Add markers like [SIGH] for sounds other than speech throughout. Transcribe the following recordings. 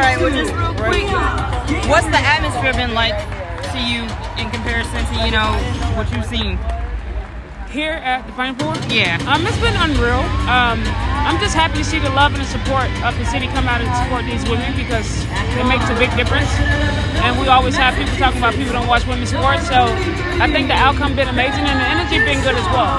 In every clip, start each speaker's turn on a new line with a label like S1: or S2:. S1: just real quick, what's the atmosphere been like to you in comparison to you know what you've seen?
S2: Here at the Final Four?
S1: Yeah.
S2: Um, it's been unreal. Um, I'm just happy to see the love and the support of the city come out and support these women because it makes a big difference. And we always have people talking about people don't watch women's sports, so I think the outcome been amazing and the energy been good as well.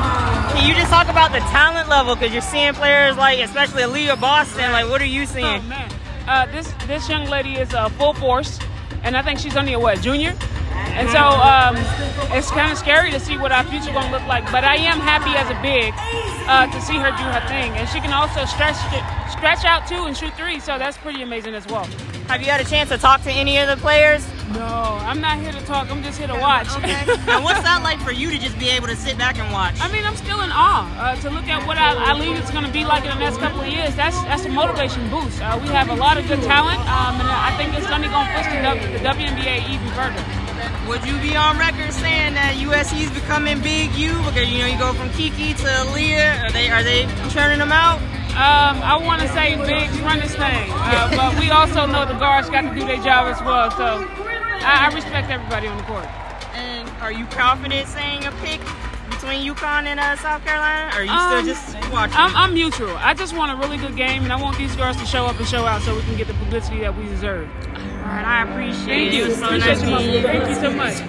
S1: Can you just talk about the talent level? Because you're seeing players like, especially Aaliyah Boston. Like, what are you
S2: Oh
S1: seeing?
S2: man, uh, this this young lady is uh, full force, and I think she's only a what junior, and so um, it's kind of scary to see what our future going to look like. But I am happy as a big uh, to see her do her thing, and she can also stretch it, stretch out too and shoot three, so that's pretty amazing as well.
S1: Have you had a chance to talk to any of the players?
S2: No, I'm not here to talk. I'm just here to watch. [LAUGHS]
S1: and what's that like for you to just be able to sit back and watch?
S2: I mean, I'm still in awe uh, to look at what I, I believe it's going to be like in the next couple of years. That's that's a motivation boost. Uh, we have a lot of good talent, um, and I think it's only going to push the, W- the WNBA even further.
S1: Would you be on record saying that USC is becoming big U? Because you know you go from Kiki to Aaliyah. Are they are they churning them out?
S2: Um, I want to say Biggs run this thing, uh, but we also know the guards got to do their job as well. So I, I respect everybody on the court.
S1: And are you confident saying a pick between UConn and uh, South Carolina? Or are you
S2: Um,
S1: still just watching?
S2: I'm, I'm mutual. I just want a really good game, and I want these girls to show up and show out so we can get the publicity that we deserve.
S1: All right, I appreciate
S2: Thank
S1: it.
S2: you.
S1: It was so
S2: Appreciate
S1: nice
S2: you,
S1: meeting
S2: Mama.
S1: you.
S2: Thank you so much.